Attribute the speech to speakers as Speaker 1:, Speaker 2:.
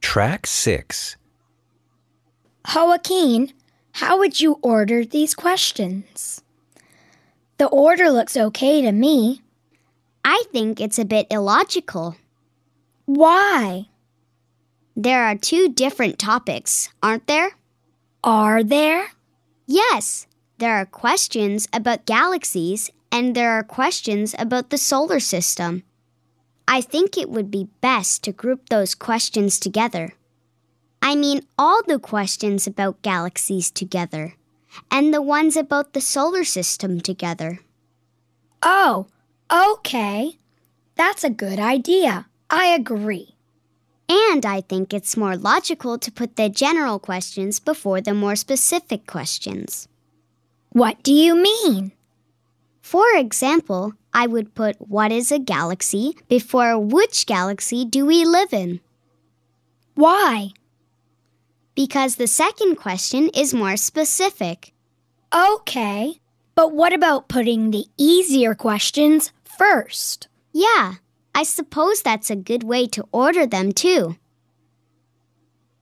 Speaker 1: Track 6.
Speaker 2: Joaquin, how would you order these questions? The order looks okay to me.
Speaker 3: I think it's a bit illogical.
Speaker 2: Why?
Speaker 3: There are two different topics, aren't there?
Speaker 2: Are there?
Speaker 3: Yes, there are questions about galaxies and there are questions about the solar system. I think it would be best to group those questions together. I mean, all the questions about galaxies together and the ones about the solar system together.
Speaker 2: Oh, okay. That's a good idea. I agree.
Speaker 3: And I think it's more logical to put the general questions before the more specific questions.
Speaker 2: What do you mean?
Speaker 3: For example, I would put what is a galaxy before which galaxy do we live in?
Speaker 2: Why?
Speaker 3: Because the second question is more specific.
Speaker 2: Okay, but what about putting the easier questions first?
Speaker 3: Yeah, I suppose that's a good way to order them too.